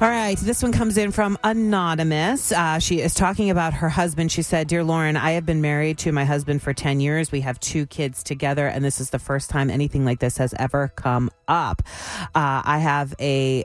All right, this one comes in from Anonymous. Uh, she is talking about her husband. She said, Dear Lauren, I have been married to my husband for 10 years. We have two kids together, and this is the first time anything like this has ever come up. Uh, I have a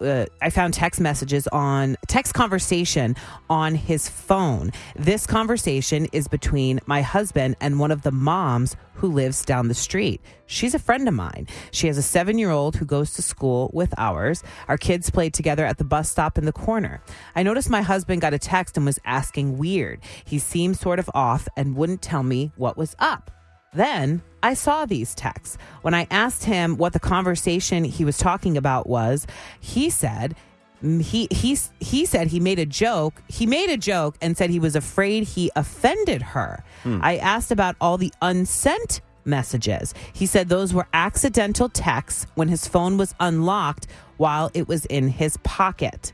uh, I found text messages on text conversation on his phone. This conversation is between my husband and one of the moms who lives down the street. She's a friend of mine. She has a seven year old who goes to school with ours. Our kids played together at the bus stop in the corner. I noticed my husband got a text and was asking weird. He seemed sort of off and wouldn't tell me what was up. Then I saw these texts. When I asked him what the conversation he was talking about was, he said mm, he he he said he made a joke. He made a joke and said he was afraid he offended her. I asked about all the unsent messages. He said those were accidental texts when his phone was unlocked while it was in his pocket.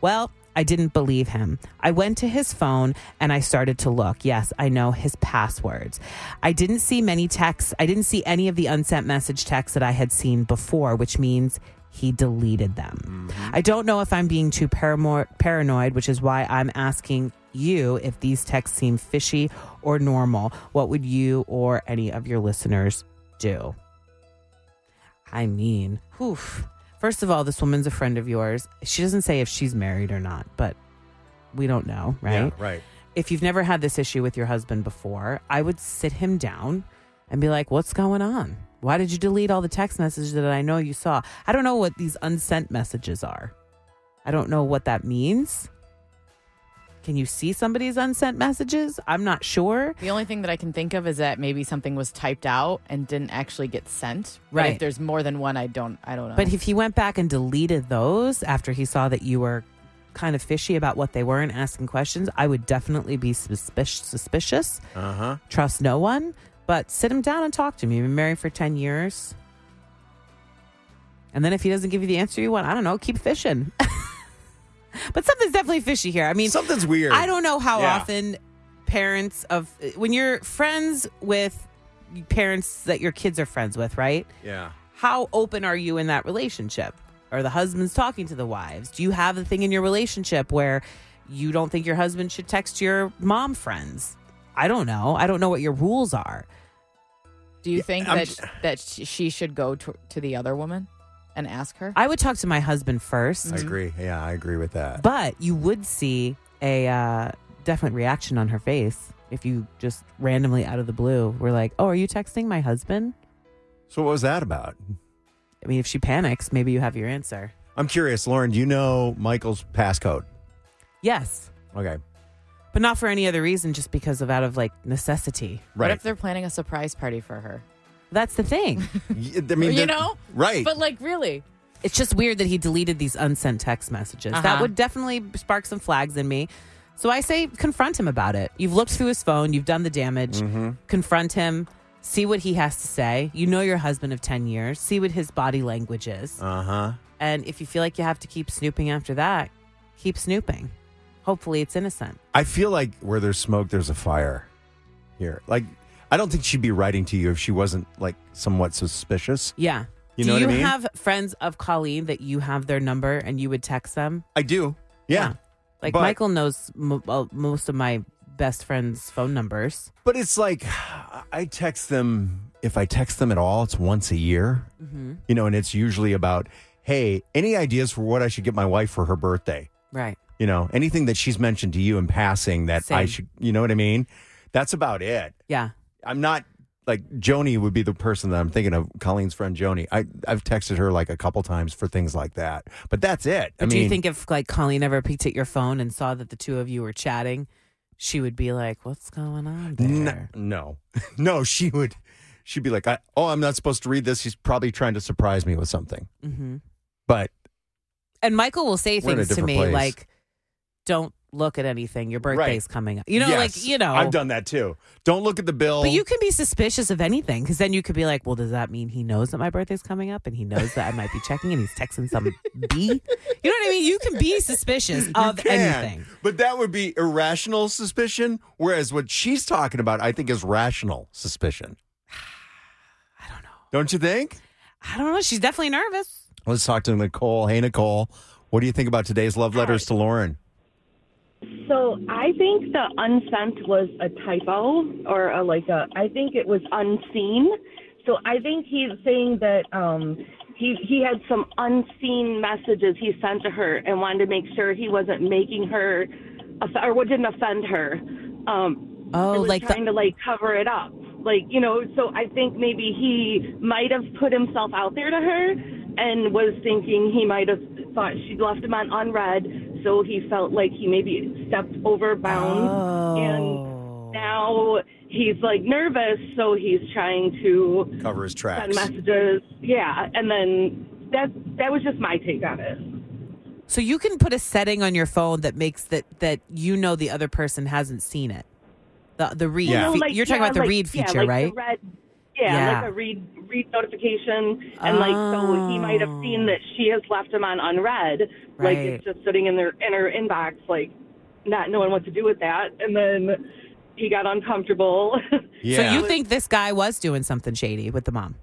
Well, I didn't believe him. I went to his phone and I started to look. Yes, I know his passwords. I didn't see many texts. I didn't see any of the unsent message texts that I had seen before, which means he deleted them. I don't know if I'm being too paramor- paranoid, which is why I'm asking you if these texts seem fishy or normal. What would you or any of your listeners do? I mean, whew. First of all, this woman's a friend of yours. She doesn't say if she's married or not, but we don't know, right? Yeah, right. If you've never had this issue with your husband before, I would sit him down and be like, what's going on? Why did you delete all the text messages that I know you saw? I don't know what these unsent messages are. I don't know what that means. Can you see somebody's unsent messages? I'm not sure. The only thing that I can think of is that maybe something was typed out and didn't actually get sent. But Right. if there's more than one, I don't. I don't know. But if he went back and deleted those after he saw that you were kind of fishy about what they were and asking questions, I would definitely be suspicious. suspicious. Uh huh. Trust no one, but sit him down and talk to him. You've been married for 10 years. And then if he doesn't give you the answer you want, I don't know, keep fishing. but something's definitely fishy here. I mean, Something's weird. I don't know how Yeah. often parents of when you're friends with parents that your kids are friends with, right? Yeah. how open are you in that relationship? Are the husbands talking to the wives? Do you have the thing in your relationship where you don't think your husband should text your mom friends? I don't know. I don't know what your rules are. do you think I'm that j- that sh- she should go to, to the other woman and ask her? I would talk to my husband first, I agree. Yeah, I agree with that. but you would see a uh, definite reaction on her face if you just randomly out of the blue were like, "Oh, are you texting my husband?" so what was that about? I mean, if she panics, maybe you have your answer. I'm curious, Lauren. Do you know Michael's passcode? Yes, Okay. but not for any other reason, just because of out of like necessity. What Right. if they're planning a surprise party for her? That's the thing. Y- I mean, you they're- know, Right. But like, really, It's just weird that he deleted these unsent text messages. That Uh-huh. would definitely spark some flags in me. So I say confront him about it. You've looked through his phone, you've done the damage. Mm-hmm. Confront him, see what he has to say. You know your husband of 10 years, see what his body language is. uh huh. And if you feel like you have to keep snooping after that, keep snooping. Hopefully it's innocent. I feel like where there's smoke, there's a fire. Here, like, I don't think she'd be writing to you if she wasn't like somewhat suspicious. Yeah. You Do know what you I mean? have friends of Colleen that you have their number and you would text them? I do. Yeah. Yeah. Like But- Michael knows m- uh, most of my best friends' phone numbers. But it's like I text them if I text them at all, it's once a year. Mm-hmm. You know, and it's usually about, hey, any ideas for what I should get my wife for her birthday? Right. You know, anything that she's mentioned to you in passing that Same. I should, you know what I mean? That's about it. Yeah. I'm not like Joni would be the person that I'm thinking of, Colleen's friend Joni. I I've texted her like a couple times for things like that. But that's it. I But do mean, you think if like Colleen ever peeked at your phone and saw that the two of you were chatting, she would be like, "What's going on there?" N- no. no, she would she'd be like, I, "Oh, I'm not supposed to read this. He's probably trying to surprise me with something." hmm But And Michael will say We're in a things to different me place. like, "Don't look at anything. Your birthday's coming up." You know, like Yes, you know. I've done that too. Don't look at the bill. But you can be suspicious of anything because then you could be like, well, does that mean he knows that my birthday's coming up and he knows that I might be checking and he's texting some B? You know what I mean? You can be suspicious You of can, anything. But that would be irrational suspicion. Whereas what she's talking about, I think, is rational suspicion. I don't know. Don't you think? I don't know. She's definitely nervous. Let's talk to Nicole. Hey, Nicole. What do you think about today's love letters to Lauren? So I think the unsent was a typo or a, like a. I think it was unseen. So I think he's saying that um, he he had some unseen messages he sent to her and wanted to make sure he wasn't making her off- or what didn't offend her. Um, Oh, and was like the- trying to like cover it up. Like you know, so I think maybe he might have put himself out there to her and was thinking he might have thought she'd left him on unread, so he felt like he maybe stepped over bounds and now he's like nervous, so he's trying to Cover his send tracks. messages. Yeah, and then that that was just my take on it. So you can put a setting on your phone that makes that that you know the other person hasn't seen it. The the read. Yeah. You know, fe- like- You're talking yeah, about the like- read yeah, feature, like right? the red- yeah, Yeah. like a read read notification, and like so he might have seen that she has left him on unread, like it's Right. just sitting in their in her inbox, like not knowing what to do with that, and then he got uncomfortable. Yeah. So you think this guy was doing something shady with the mom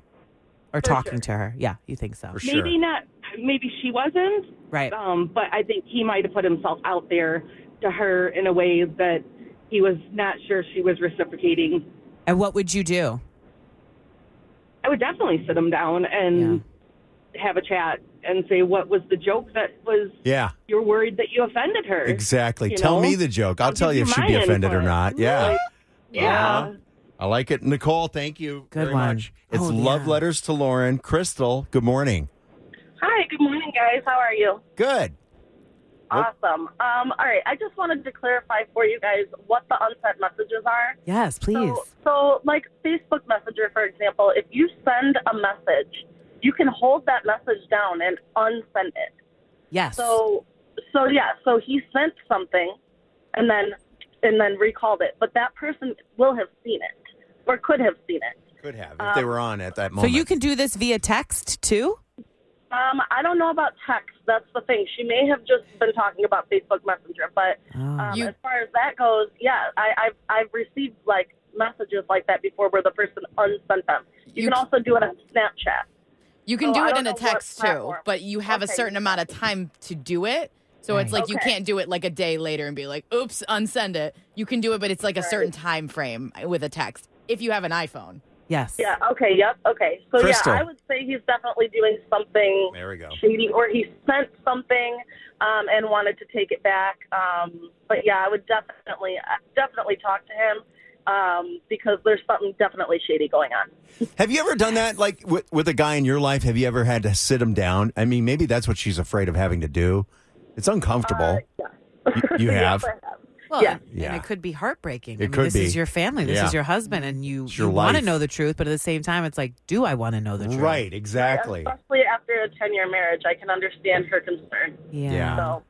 or talking to her? Yeah, you think so. For sure. maybe not, maybe she wasn't, Right. Um, but I think he might have put himself out there to her in a way that he was not sure she was reciprocating. And what would you do? I would definitely sit him down and have a chat and say, what was the joke that was Yeah, you're worried that you offended her? exactly. You tell know? me the joke. I'll, I'll tell give you if you she'd be mine offended for or it. not. Yeah. Right. Yeah. Uh-huh. I like it. Nicole, thank you Good very one. much. It's Oh, Love yeah. Letters to Lauren. Crystal, good morning. Hi, good morning, guys. How are you? Good. Nope. Awesome. Um, all right, I just wanted to clarify for you guys what the unsent messages are. Yes, please. So, so, like Facebook Messenger, for example, if you send a message, you can hold that message down and unsend it. yes. So, so yeah, so he sent something, and then and then recalled it, but that person will have seen it or could have seen it. Could have if they were on at that so moment. you can do this via text too? Um, I don't know about text. That's the thing. She may have just been talking about Facebook Messenger, but Ah. um, You- as far as that goes, yeah, I, I've I've received like messages like that before where the person unsent them. You, You can c- also do it on Snapchat. You can So do Oh, I it don't in a know what text too, platform. but you have a Okay. certain amount of time to do it. So it's Right. like you Okay. can't do it like a day later and be like, "Oops, unsend it." You can do it, but it's like a certain time frame with a text if you have an iPhone. Yes. Yeah. Okay. Yep. Okay. So Crystal. yeah, I would say he's definitely doing something There we go. shady, or he sent something um, and wanted to take it back. Um, but yeah, I would definitely uh, definitely talk to him um, because there's something definitely shady going on. Have you ever done that? Like with, with a guy in your life, have you ever had to sit him down? I mean, maybe that's what she's afraid of having to do. It's Uh, uncomfortable. You- you have. yes, I have. Well, Yeah. and- Yeah. and it could be heartbreaking. I It mean, could this is be. your family. This Yeah. is your husband, and you, your you want to life. know the truth, but at the same time, it's like, do I want to know the truth? Right, exactly. Especially after a 10 year marriage, I can understand her concern. Yeah. Yeah. So,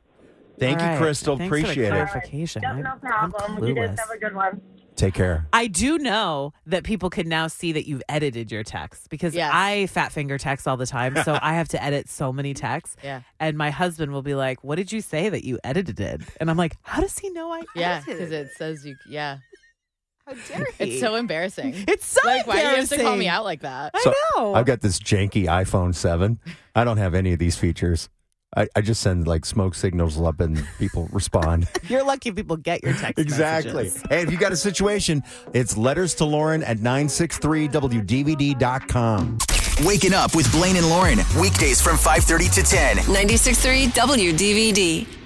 Thank All you, right. Crystal. Thanks for the Appreciate it. clarification. yep, no I'm- I'm problem. You guys clueless. have a good one. Take care. I do know that people can now see that you've edited your texts because Yes. I fat finger text all the time. So I have to edit so many texts. Yeah. And my husband will be like, What did you say that you edited it? And I'm like, How does he know I Yeah, edited because it says you. Yeah, How dare he? it's so embarrassing. It's so like, why do you have to call me embarrassing. out like that? I So, know. I've got this janky iPhone 7. I don't have any of these features. I, I just send like smoke signals up and people respond. You're lucky people get your text. Exactly. messages. Hey, if you got a situation, it's letters to Lauren at 963wdvd.com. Waking up with Blaine and Lauren. Weekdays from 5:30 to 10. 963 WDVD.